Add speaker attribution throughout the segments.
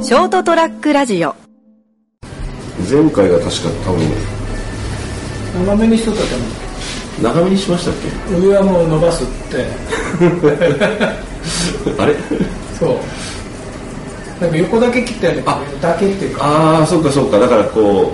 Speaker 1: ショートトラックラジオ
Speaker 2: 前回が確か多分
Speaker 3: 長めにしとったと思
Speaker 2: 長めにしましたっ
Speaker 3: う上はもう伸ばすって
Speaker 2: け あれ
Speaker 3: そうなんか横だけ切ったやつだけっていうか
Speaker 2: ああそうかそうかだからこ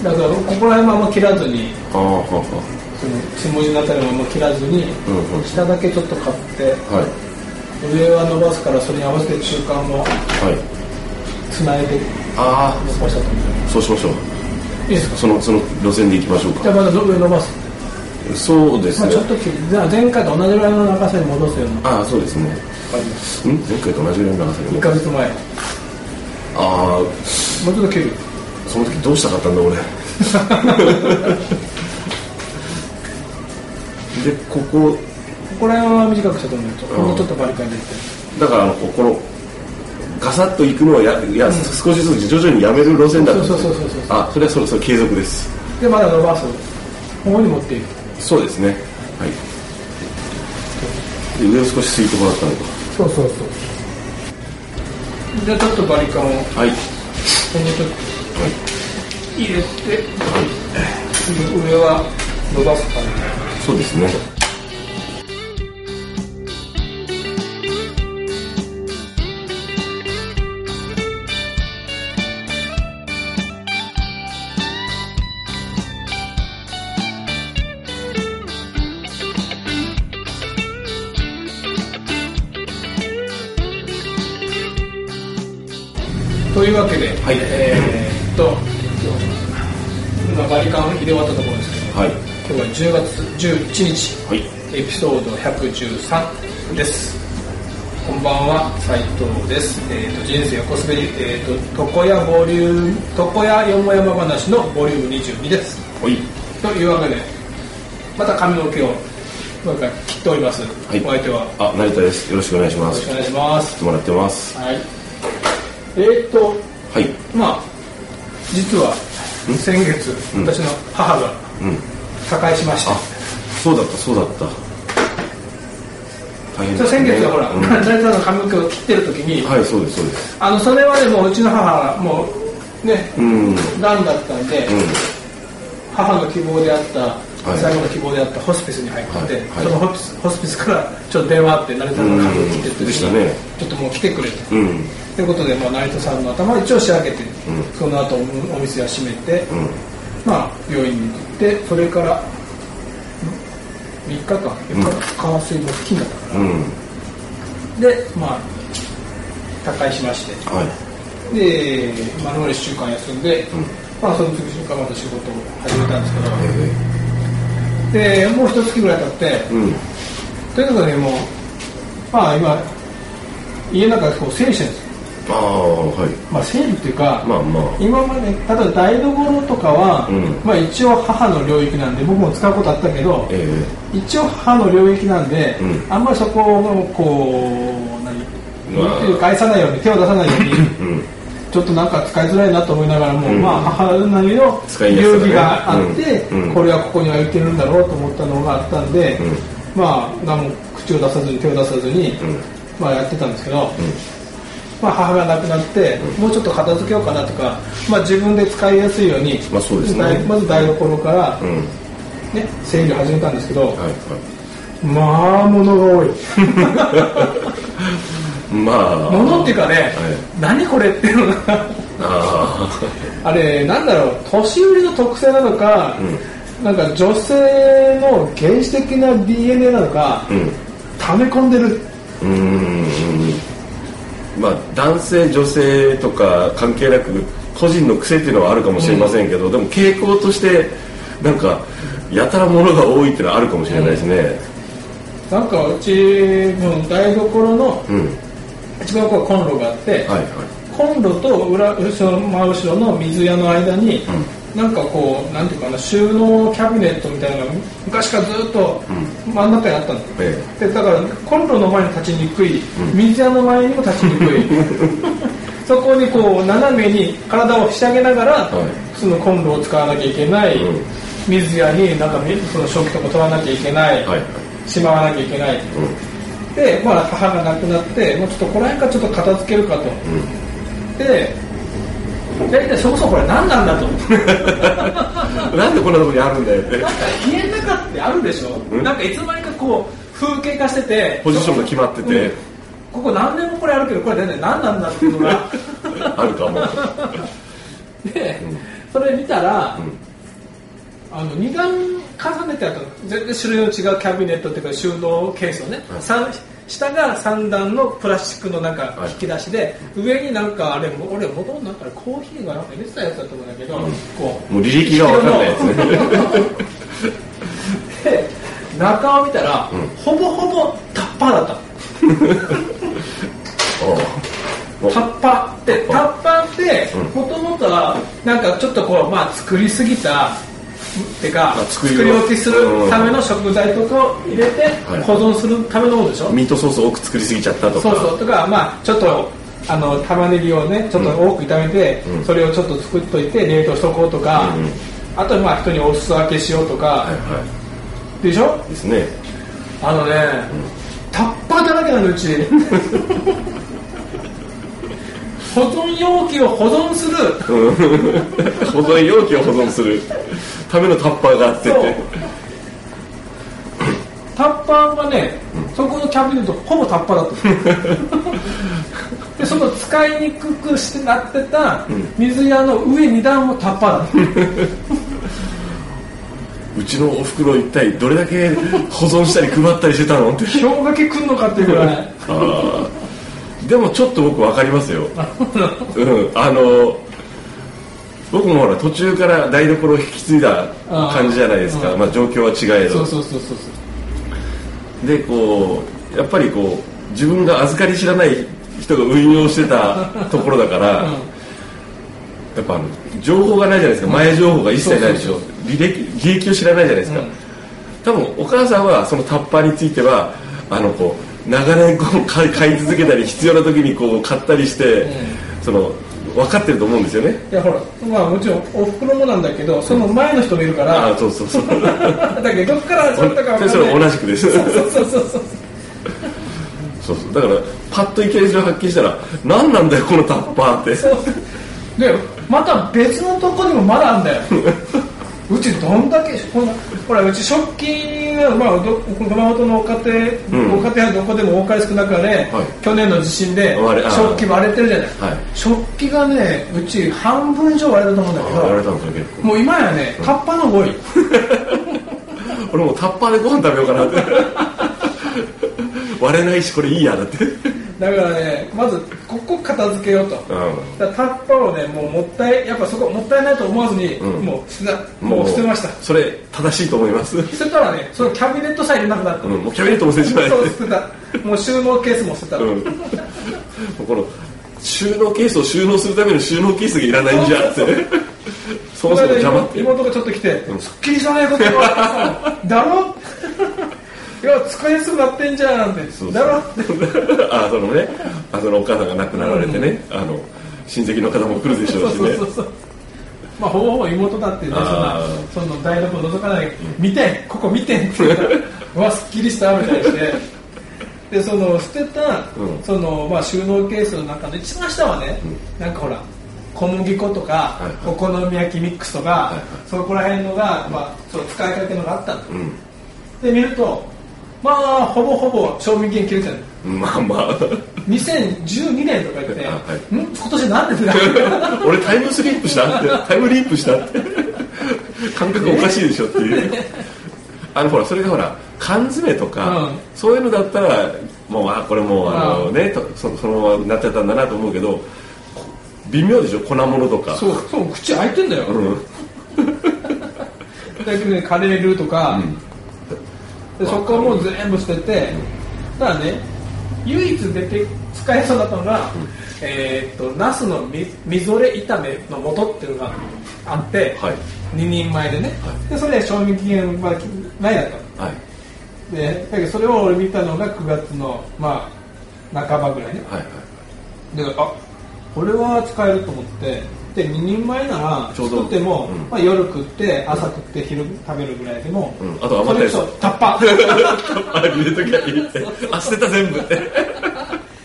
Speaker 2: う
Speaker 3: だからここら辺はあんま切らずに
Speaker 2: ああはは
Speaker 3: その血文字のあたりはあんま切らずに、
Speaker 2: うんうん
Speaker 3: 下だけちょっと買って
Speaker 2: はい
Speaker 3: 上は伸ばすからそれに合わせて中間も
Speaker 2: はい
Speaker 3: つないで
Speaker 2: あ
Speaker 3: 残したと思
Speaker 2: あそうしましょう
Speaker 3: ういいですか
Speaker 2: そのその路線で行きましょう
Speaker 3: じゃ
Speaker 2: か
Speaker 3: あまだ上伸ばす、
Speaker 2: そうです
Speaker 3: まあ、
Speaker 2: ね
Speaker 3: ちょっと切るじゃあ前回と同じぐらいの長さに戻すような
Speaker 2: ああそうですねん
Speaker 3: 感じです
Speaker 2: 前回と同じぐらいの長さ
Speaker 3: 1
Speaker 2: に
Speaker 3: ヶ月前も
Speaker 2: ああ
Speaker 3: うちょっと切る
Speaker 2: その時どうしたかったんだ俺 でここ
Speaker 3: ここら辺は短くしたと思うともうちょっとバリカンでいって
Speaker 2: だからあのここのガサッと行くのをやいや、少しずつ徐々にやめる路線だったんです
Speaker 3: そうそうそうそうそう
Speaker 2: あそれはそろそろ継続です
Speaker 3: でまだ伸ばすここに持っていく
Speaker 2: そうですねはいで上を少しすいてもらったのか
Speaker 3: そうそうそうじゃあちょっとバリカンをこ
Speaker 2: はい
Speaker 3: の時入れて上は伸ばすから
Speaker 2: そうですね
Speaker 3: というわけで、
Speaker 2: はい
Speaker 3: えーっと今バリカンを入れ終わったところですけ
Speaker 2: はい
Speaker 3: ど今日は10月11日
Speaker 2: はい
Speaker 3: エピソード113です。こんばんは、斉藤です。えっ、と、人生横滑り、えっ、と、床屋ボリューム、床屋よもやま話のボリューム22です。
Speaker 2: はい
Speaker 3: というわけで、また髪の毛を、なんか切っております。
Speaker 2: はい
Speaker 3: お相手は、よ
Speaker 2: あ成田ですよろしくお願いしま
Speaker 3: ろ
Speaker 2: す
Speaker 3: しくお
Speaker 2: 来
Speaker 3: 願いします。
Speaker 2: てもらってます
Speaker 3: はい。えっ、と、
Speaker 2: はい
Speaker 3: まあ、実は、先月、私の母が、
Speaker 2: うん
Speaker 3: 他界しました
Speaker 2: あ。そうだったそうだった大変
Speaker 3: そう先月はほら、
Speaker 2: うん
Speaker 3: 成田さんの髪の毛を切ってる時に、
Speaker 2: はいそうですそうです
Speaker 3: あのそれはねもううちの母がもうね
Speaker 2: うんうん
Speaker 3: 癌だったんで、母の希望であった、
Speaker 2: い
Speaker 3: 最後の希望であったホスピスに入って、
Speaker 2: はいはい
Speaker 3: そのホスピスホスピスからちょっと電話あって成田さんの髪を切ってって、
Speaker 2: うんでしたね
Speaker 3: ちょっともう来てくれと。
Speaker 2: うん
Speaker 3: ということで、まあ、成田さんの頭を一応仕上げて、その後おお店は閉めて、
Speaker 2: うん
Speaker 3: まあ、病院に行ってそれから3日間4日間乾水も付近だったか
Speaker 2: うん
Speaker 3: ら、でまあ他界しまして
Speaker 2: はい
Speaker 3: で、まるまる1週間休んで、まあ、その次週からまた仕事を始めたんです
Speaker 2: えー
Speaker 3: けど、でもう一月ぐらい経って、
Speaker 2: うん
Speaker 3: ということで、もう、まあ今、家の中こう整理してるんですよ。
Speaker 2: ああはい
Speaker 3: まあ、整理っていうか、
Speaker 2: まあまあ
Speaker 3: 今まで、例えば台所とかは、
Speaker 2: うん
Speaker 3: まあ一応母の領域なんで、僕も使うことあったけど、
Speaker 2: え
Speaker 3: 一応母の領域なんで、
Speaker 2: うん
Speaker 3: あんまりそこをこう、何、
Speaker 2: うわ
Speaker 3: っていうか愛さないように、手を出さないように。
Speaker 2: えうん
Speaker 3: ちょっとなんか使いづらいなと思いながらも、
Speaker 2: うん
Speaker 3: まあ母なりの
Speaker 2: 使いやすさがね
Speaker 3: 料理があって、
Speaker 2: うんうん
Speaker 3: これはここには置いてるんだろうと思ったのがあったんで、
Speaker 2: うん
Speaker 3: まあ何も口を出さずに手を出さずに、
Speaker 2: うん
Speaker 3: まあやってたんですけど、まあ母が亡くなって、もうちょっと片付けようかなとか、まあ自分で使いやすいように、
Speaker 2: まあそうですね
Speaker 3: だいまず台所から、
Speaker 2: うんうん
Speaker 3: ね、整理を始めたんですけど、
Speaker 2: はいは
Speaker 3: まあ物が多い。
Speaker 2: いまあ
Speaker 3: 物っていうかね、
Speaker 2: い
Speaker 3: 何これっていうのが。
Speaker 2: あ
Speaker 3: あれなんだろう年寄りの特性なのか、なんか女性の原始的な DNA なのか、
Speaker 2: あうん
Speaker 3: 溜め込んでる
Speaker 2: うーんまあ男性女性とか関係なく個人の癖っていうのはあるかもしれませんけど、でも傾向としてなんかやたら物が多いっていうのはあるかもしれないですね
Speaker 3: なんかうちの台所の
Speaker 2: うん、
Speaker 3: 一番こうコンロがあって、
Speaker 2: はいはい
Speaker 3: コンロと裏後ろ真後ろの水屋の間に、なんかこうなんていうかな収納キャビネットみたいなのが昔からずっと真ん中にあったの、
Speaker 2: え
Speaker 3: でだからコンロの前に立ちにくい、水屋の前にも立ちにくい そこにこう斜めに体をひしゃげながら、
Speaker 2: い
Speaker 3: そのコンロを使わなきゃいけない、
Speaker 2: うん
Speaker 3: 水屋になんかみその食器とか取らなきゃいけない、
Speaker 2: はいはい
Speaker 3: しまわなきゃいけない、
Speaker 2: うん
Speaker 3: で、まあ、母が亡くなってもうちょっとこの辺からちょっと片付けるかと、
Speaker 2: うん
Speaker 3: で大体そもそもこれ何なんだと
Speaker 2: なんでこんなとこにあるんだよって
Speaker 3: なんか家の中ってあるでしょ、
Speaker 2: ん
Speaker 3: なんかいつの間にかこう風景化してて
Speaker 2: ポジションが決まってて、
Speaker 3: ここ何年もこれあるけどこれ大体何なんだっていうのが
Speaker 2: あるかも
Speaker 3: で、それ見たら、あの2段重ねてあったの全然種類の違うキャビネットっていうか収納ケースをね、
Speaker 2: はい
Speaker 3: 三下が3段のプラスチックのなんか
Speaker 2: はい
Speaker 3: 引き出しで、上になんかあれも俺元々なんかコーヒーがなんか入れてたやつだと思うんだけど、こう
Speaker 2: もう履歴が分かんないやつね
Speaker 3: で中を見たら、ほぼほぼタッパーだったの
Speaker 2: おう
Speaker 3: タッパーってタッパーって
Speaker 2: うん
Speaker 3: もともとはなんかちょっとこうまあ作りすぎたってか
Speaker 2: あ作
Speaker 3: 作
Speaker 2: り
Speaker 3: り置きするための食材とかを入れて
Speaker 2: はい
Speaker 3: 保存するためのものでしょ、
Speaker 2: ミートソース多く作りすぎちゃったと
Speaker 3: そ
Speaker 2: か
Speaker 3: うそうとかまあちょっとあの玉ねぎをねちょっと多く炒めて、
Speaker 2: うん
Speaker 3: それをちょっと作っといて冷凍しとこうとか、
Speaker 2: うんうん
Speaker 3: あとまあ人にお裾分けしようとか、
Speaker 2: はいは
Speaker 3: でしょ
Speaker 2: いですね
Speaker 3: あのね、タッパーだらけなのうち 保存容器を保存する
Speaker 2: うん保存容器を保存するためのタッパーがあって
Speaker 3: そう
Speaker 2: て
Speaker 3: タッパーはね、そこのキャビネットほぼタッパーだった でその使いにくくしてなってた水屋の上2段もタッパ ーだっ
Speaker 2: うちのおふくろ一体どれだけ保存したり配ったりしてたのって
Speaker 3: た氷河期来んのかっていうぐらい
Speaker 2: あーでもちょっと僕分かりますよ、うん、あの僕もほら途中から台所を引き継いだ感じじゃないです
Speaker 3: あ
Speaker 2: か
Speaker 3: ー
Speaker 2: まあ、状況は違え
Speaker 3: そ
Speaker 2: ど
Speaker 3: うそうそうそうそう
Speaker 2: でこうやっぱりこう自分が預かり知らない人が運用してたところだから、
Speaker 3: ん
Speaker 2: やっぱあの情報がないじゃないですか、前情報が一切ないでしょ
Speaker 3: そう
Speaker 2: 履歴履歴を知らないじゃないですか、
Speaker 3: うん
Speaker 2: 多分お母さんはそのタッパーについてはあのこう長年こう買い買い続けたり必要な時にこう買ったりして、
Speaker 3: う
Speaker 2: その分かってると思うんですよね
Speaker 3: いやほらまあもちろんおふくろもなんだけどその前の人もいるか
Speaker 2: あ
Speaker 3: ら
Speaker 2: あそうそうそう
Speaker 3: だけどどっからそれたかわかんない
Speaker 2: それ同じくです
Speaker 3: そうそうそうそう
Speaker 2: そうそうだからパッといける情報発見したら何なんだよこのタッパーって
Speaker 3: そうでまた別のとこにもまだあ んだようちどんだけこんなほらうち食器が、まあ、ど熊本のご家庭、
Speaker 2: うん
Speaker 3: ご家庭はどこでも多かれ少なくはね、
Speaker 2: はい
Speaker 3: 去年の地震で
Speaker 2: 割れあー
Speaker 3: 食器割れてるじゃない、
Speaker 2: はい
Speaker 3: 食器がねうち半分以上割れたと思うんだけ
Speaker 2: 言われた
Speaker 3: ど
Speaker 2: んですよ結構
Speaker 3: もう今やねタッパーの方が多い
Speaker 2: 俺もうタッパーでご飯食べようかなって 割れないしこれいいやだってう
Speaker 3: だからねまずここ片付けようと、
Speaker 2: ん
Speaker 3: だからタッパーをねもうもったいやっぱそこもったいないと思わずに、
Speaker 2: うん
Speaker 3: もう捨てたもう捨てました
Speaker 2: それ正しいと思います、う
Speaker 3: 捨てたらねそのキャビネットさえ入れなくなった、
Speaker 2: ん、もうキャビネットも捨てちまえて
Speaker 3: そう捨てたもう収納ケースも捨てた、
Speaker 2: うん、もうこの収納ケースを収納するための収納ケースがいらないんじゃってそ
Speaker 3: こ
Speaker 2: もそも
Speaker 3: れで
Speaker 2: 邪魔って
Speaker 3: 妹がちょっと来て、
Speaker 2: ん
Speaker 3: すっきりじゃないこと言われてさ だろいや使いやすくなってんじゃんって
Speaker 2: そうそう
Speaker 3: だろって
Speaker 2: あそのねあそのお母さんが亡くなられてね、あの親戚の方も来るでしょ
Speaker 3: そうう
Speaker 2: し
Speaker 3: そう
Speaker 2: ね
Speaker 3: そうそうまあほぼほぼ妹だってねそん
Speaker 2: あー
Speaker 3: なその台所覗かない見てここ見てって言ったら うわすっきりしたみたいにしてでその捨てた、
Speaker 2: うん
Speaker 3: そのまあ、収納ケースの中の一番下はね、なんかほら小麦粉とか、
Speaker 2: いはい
Speaker 3: お好み焼きミックスとか、
Speaker 2: いはい
Speaker 3: そこら辺のが、まあ、そう使いかけのがあったの
Speaker 2: うん
Speaker 3: で見るとまあほぼほぼ賞味期限切れてる
Speaker 2: まあまあ
Speaker 3: 2012年とか言って、
Speaker 2: あはい
Speaker 3: ん今年なんでだよ
Speaker 2: 俺タイムスリップしたってタイムリープしたって感覚おかしいでしょっていうあのほらそれがほら缶詰とか、
Speaker 3: うん
Speaker 2: そういうのだったらもうあこれもうあのね、とそそのままなっちゃったんだなと思うけどこ微妙でしょ粉物とか
Speaker 3: そうそう口開いてんだよ、
Speaker 2: うん
Speaker 3: だけどねカレールーとか、でそこはもう全部捨てて、ただね唯一出て使えそうだったのが、えーっとナスのみみぞれ炒めの素っていうのがあって、
Speaker 2: はい
Speaker 3: 2人前でね、
Speaker 2: は
Speaker 3: でそれ賞味期限はないだったの
Speaker 2: はい
Speaker 3: でだけどそれを俺見たのが9月のまあ半ばぐらいね
Speaker 2: はいはい
Speaker 3: であこれは使えると思ってで2人前なら
Speaker 2: ちょうど
Speaker 3: 作っても、
Speaker 2: うん
Speaker 3: まあ、夜食って朝食って昼食べるぐらいでも、
Speaker 2: うんあと余ったやつ
Speaker 3: それこそタッパ ー
Speaker 2: あ 入れときゃいいってあ捨てた全部って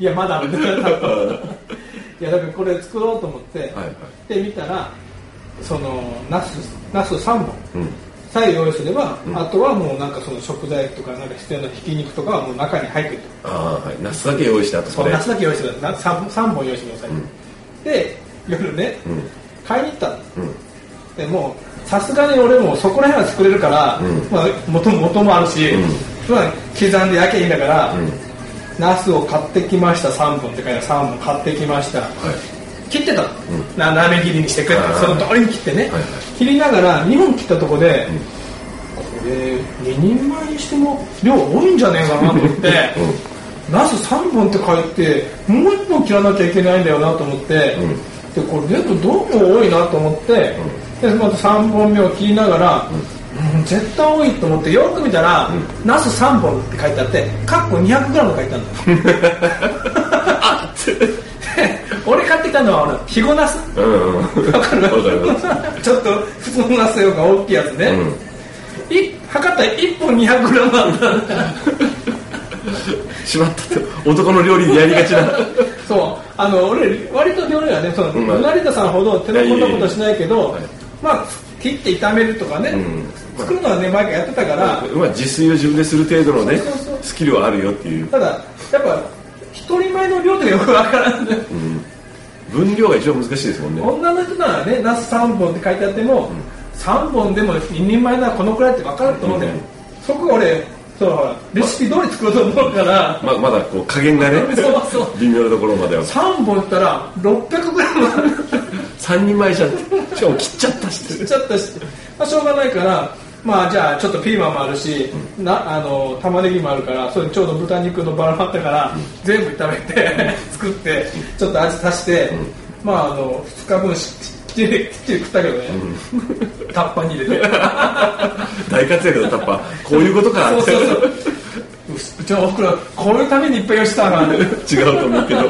Speaker 3: いやまだあるんだからタッパーいやだからこれ作ろうと思って、
Speaker 2: はいはい
Speaker 3: で見たらそのナスナス3本
Speaker 2: うん
Speaker 3: さえ用意すれば、
Speaker 2: ん
Speaker 3: あとはもうなんかその食材とかなんか必要なひき肉とかはもう中に入ってると
Speaker 2: ああはいナスだけ用意してあと
Speaker 3: そ
Speaker 2: そうれ
Speaker 3: 夏だけ用意してた 3, 三本用意してください、
Speaker 2: ん
Speaker 3: で夜ね、
Speaker 2: うん
Speaker 3: 買いに行ったの
Speaker 2: うん
Speaker 3: でもうさすがに俺もそこら辺は作れるから、
Speaker 2: うん
Speaker 3: まあ、元も元もあるし、
Speaker 2: うん
Speaker 3: まあ、刻んで焼けばいいんだから、
Speaker 2: うん
Speaker 3: ナスを買ってきました3本って書いてある3本買ってきました
Speaker 2: はい
Speaker 3: 切ってた
Speaker 2: ん
Speaker 3: の、斜め切りにしてくれ
Speaker 2: あ
Speaker 3: た
Speaker 2: ー
Speaker 3: その通りに切ってね、
Speaker 2: はいはい
Speaker 3: 切りながら2本切ったとこで、
Speaker 2: ん
Speaker 3: これ2人前にしても量多いんじゃねえかなと思って、 ナス3本って書いてもう1本切らなきゃいけないんだよなと思って、
Speaker 2: うん
Speaker 3: でこれ全部どうも多いなと思って、でまた3本目を切りながら、うん絶対多いと思ってよく見たら、ナス3本って書いてあってカッコ 200g 書いてあるんだよ で俺買ってきたのはほら肥後ナス
Speaker 2: うんうん
Speaker 3: わかる
Speaker 2: わかるわか
Speaker 3: ちょっと普通のナスよりが大きいやつね、
Speaker 2: るうん
Speaker 3: い測ったら1本 200g あったんだ
Speaker 2: しまったって男の料理でやりがちな
Speaker 3: そうあの俺割と料理はねその、
Speaker 2: うんまあ
Speaker 3: 成田さんほど手の込んだことはしないけど
Speaker 2: いやいやいや
Speaker 3: まあ切って炒めるとかね、
Speaker 2: うん
Speaker 3: 作るのはね前からやってたから、
Speaker 2: まあ自炊を自分でする程度のね
Speaker 3: そうそうそう
Speaker 2: スキルはあるよっていう
Speaker 3: ただやっぱ一人前の量ってよくわからんね、
Speaker 2: 分量が一番難しいですもんね
Speaker 3: 女の人ならねナス3本って書いてあっても、3本でも2人前ならこのくらいって分かると思うんだよ、
Speaker 2: うん
Speaker 3: そこ俺そうほらレシピ通り作ろうと思うから、
Speaker 2: ままだこう加減がね
Speaker 3: そうそう
Speaker 2: 微妙なところまでは
Speaker 3: 3本いったら 600g
Speaker 2: 3人前じゃんしかも切っちゃったし
Speaker 3: ちょっとし,、まあ、しょうがないからまあじゃあちょっとピーマンもあるし、なあの玉ねぎもあるからそれちょうど豚肉のバラもあったから、全部炒めて作ってちょっと味足して、まああの2日分しきっちりきっちり食ったけどね、タッパに入れて
Speaker 2: 大活躍だタッパーこういうことか
Speaker 3: そう
Speaker 2: って
Speaker 3: そうそううすうちのおふくろはこういうためにいっぱい用意し てたから、ね、
Speaker 2: 違うと思うけど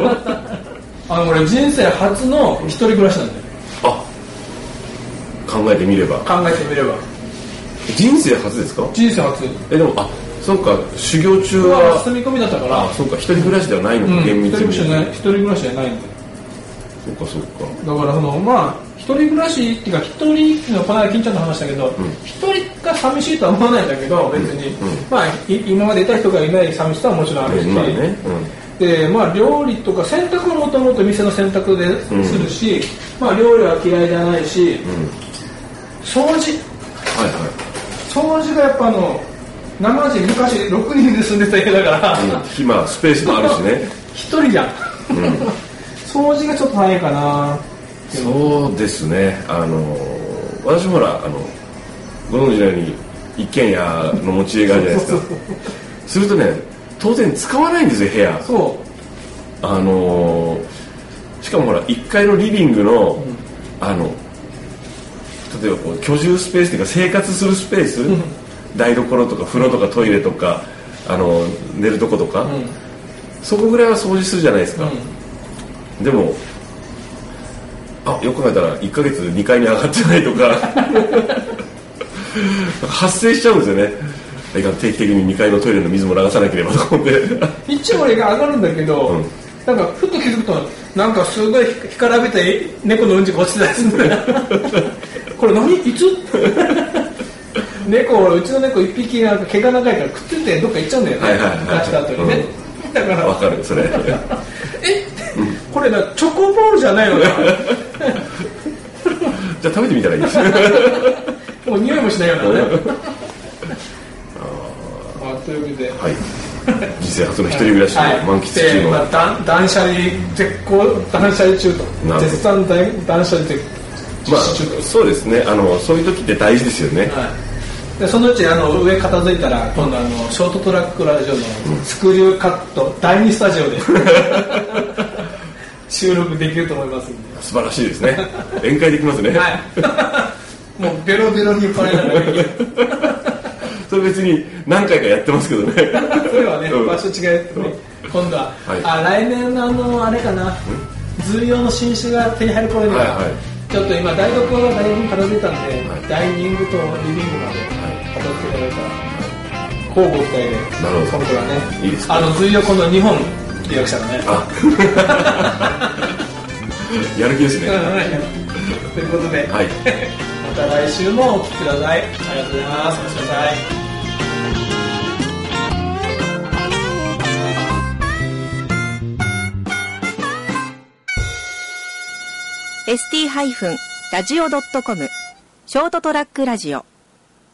Speaker 3: あの俺人生初の一人暮らしなんだよ
Speaker 2: あ考えてみれば
Speaker 3: 考えてみれば
Speaker 2: 人生初ですか
Speaker 3: 人生初
Speaker 2: えでもあそうか修行中
Speaker 3: は
Speaker 2: は
Speaker 3: 住み込みだったから
Speaker 2: あそうか一人暮らしではないのか、
Speaker 3: うん
Speaker 2: 厳密
Speaker 3: 一人暮ら
Speaker 2: に
Speaker 3: しじゃない一人暮らしじゃないんだよ
Speaker 2: そうかそうか
Speaker 3: だからそのまあ一人暮らしっていうか一人っていうのはこの間金ちゃんの話だけど一、人が寂しいとは思わないんだけど別に、
Speaker 2: うんうん
Speaker 3: まあい今までいた人がいない寂しさはもちろんあるし、
Speaker 2: まあね、うん
Speaker 3: でまあ料理とか洗濯もともと店の洗濯
Speaker 2: ん
Speaker 3: でするし、まあ料理は嫌いじゃないし、
Speaker 2: うん、
Speaker 3: 掃除
Speaker 2: はいはい
Speaker 3: 掃除がやっぱあの生地昔6人で住んでた家だから、
Speaker 2: うん暇スペースもあるしね
Speaker 3: 一人じゃん、 掃除がちょっと大変かな
Speaker 2: そうですねあの私もほらあのご存知のように一軒家の持ち家があるじゃないですかするとね当然使わないんですよ部屋
Speaker 3: そ
Speaker 2: あのーしかもほら1階のリビングの、あの例えばこう居住スペースというか生活するスペース、台所とか風呂とかトイレとかあの寝るとことか、
Speaker 3: う、うん
Speaker 2: そこぐらいは掃除するじゃないですか、でもあよく考えたら1ヶ月で2階に上がってないとか発生しちゃうんですよねいかん定期的に2階のトイレの水も流さなければと思って
Speaker 3: 一応俺が上がるんだけど、
Speaker 2: うん
Speaker 3: なんかふっと気づくとなんかすごい干からびた猫のうんちが落ちてたりするん だよこれ何いつ 猫俺うちの猫一匹なんか毛が長いからくっついてどっか行っちゃうんだよね、
Speaker 2: はいはいはい
Speaker 3: 出した後にね、だから
Speaker 2: わかるそれ
Speaker 3: えこれなチョコボールじゃない のよ
Speaker 2: じゃあ食べてみたらいいですね
Speaker 3: もう匂いもしないようなねあというわけで
Speaker 2: はい人生初の一人暮らしを
Speaker 3: はい
Speaker 2: 満喫中
Speaker 3: で
Speaker 2: の、
Speaker 3: まあ、断断捨離絶好断捨離中
Speaker 2: なるほど
Speaker 3: と絶賛断断捨離絶
Speaker 2: ま
Speaker 3: 中
Speaker 2: あ
Speaker 3: と、
Speaker 2: そうですねあのそういう時って大事ですよね、
Speaker 3: はい、でそのうちあの上片付いたら今度あのショートトラックラジオのスクリューカッ ト第2スタジオで収録できると思いますんで、
Speaker 2: 素晴らしいですね宴会できますね、
Speaker 3: はい、 もうベロベロに酔っ払いながら
Speaker 2: それ別に何回かやってますけどね
Speaker 3: それはね、
Speaker 2: うん
Speaker 3: 場所違うね、今度は、
Speaker 2: はい
Speaker 3: あ来年のあのあれかな随用の新種が手に入る頃には、
Speaker 2: はいはい
Speaker 3: ちょっと今台所がだいぶ片付いたん
Speaker 2: は
Speaker 3: で、
Speaker 2: い
Speaker 3: ダイニングとリビングまで
Speaker 2: は
Speaker 3: 片付けられたら、交互期待で
Speaker 2: なるほど
Speaker 3: 今度はね
Speaker 2: いいです
Speaker 3: あの随用この日本って役者がね
Speaker 2: あ やる気ですね
Speaker 3: うんうんということで、
Speaker 2: はい
Speaker 3: また来週もお聞きくださいありがとうございますおやすみなさい
Speaker 1: ST-radio.com ショートトラックラジオ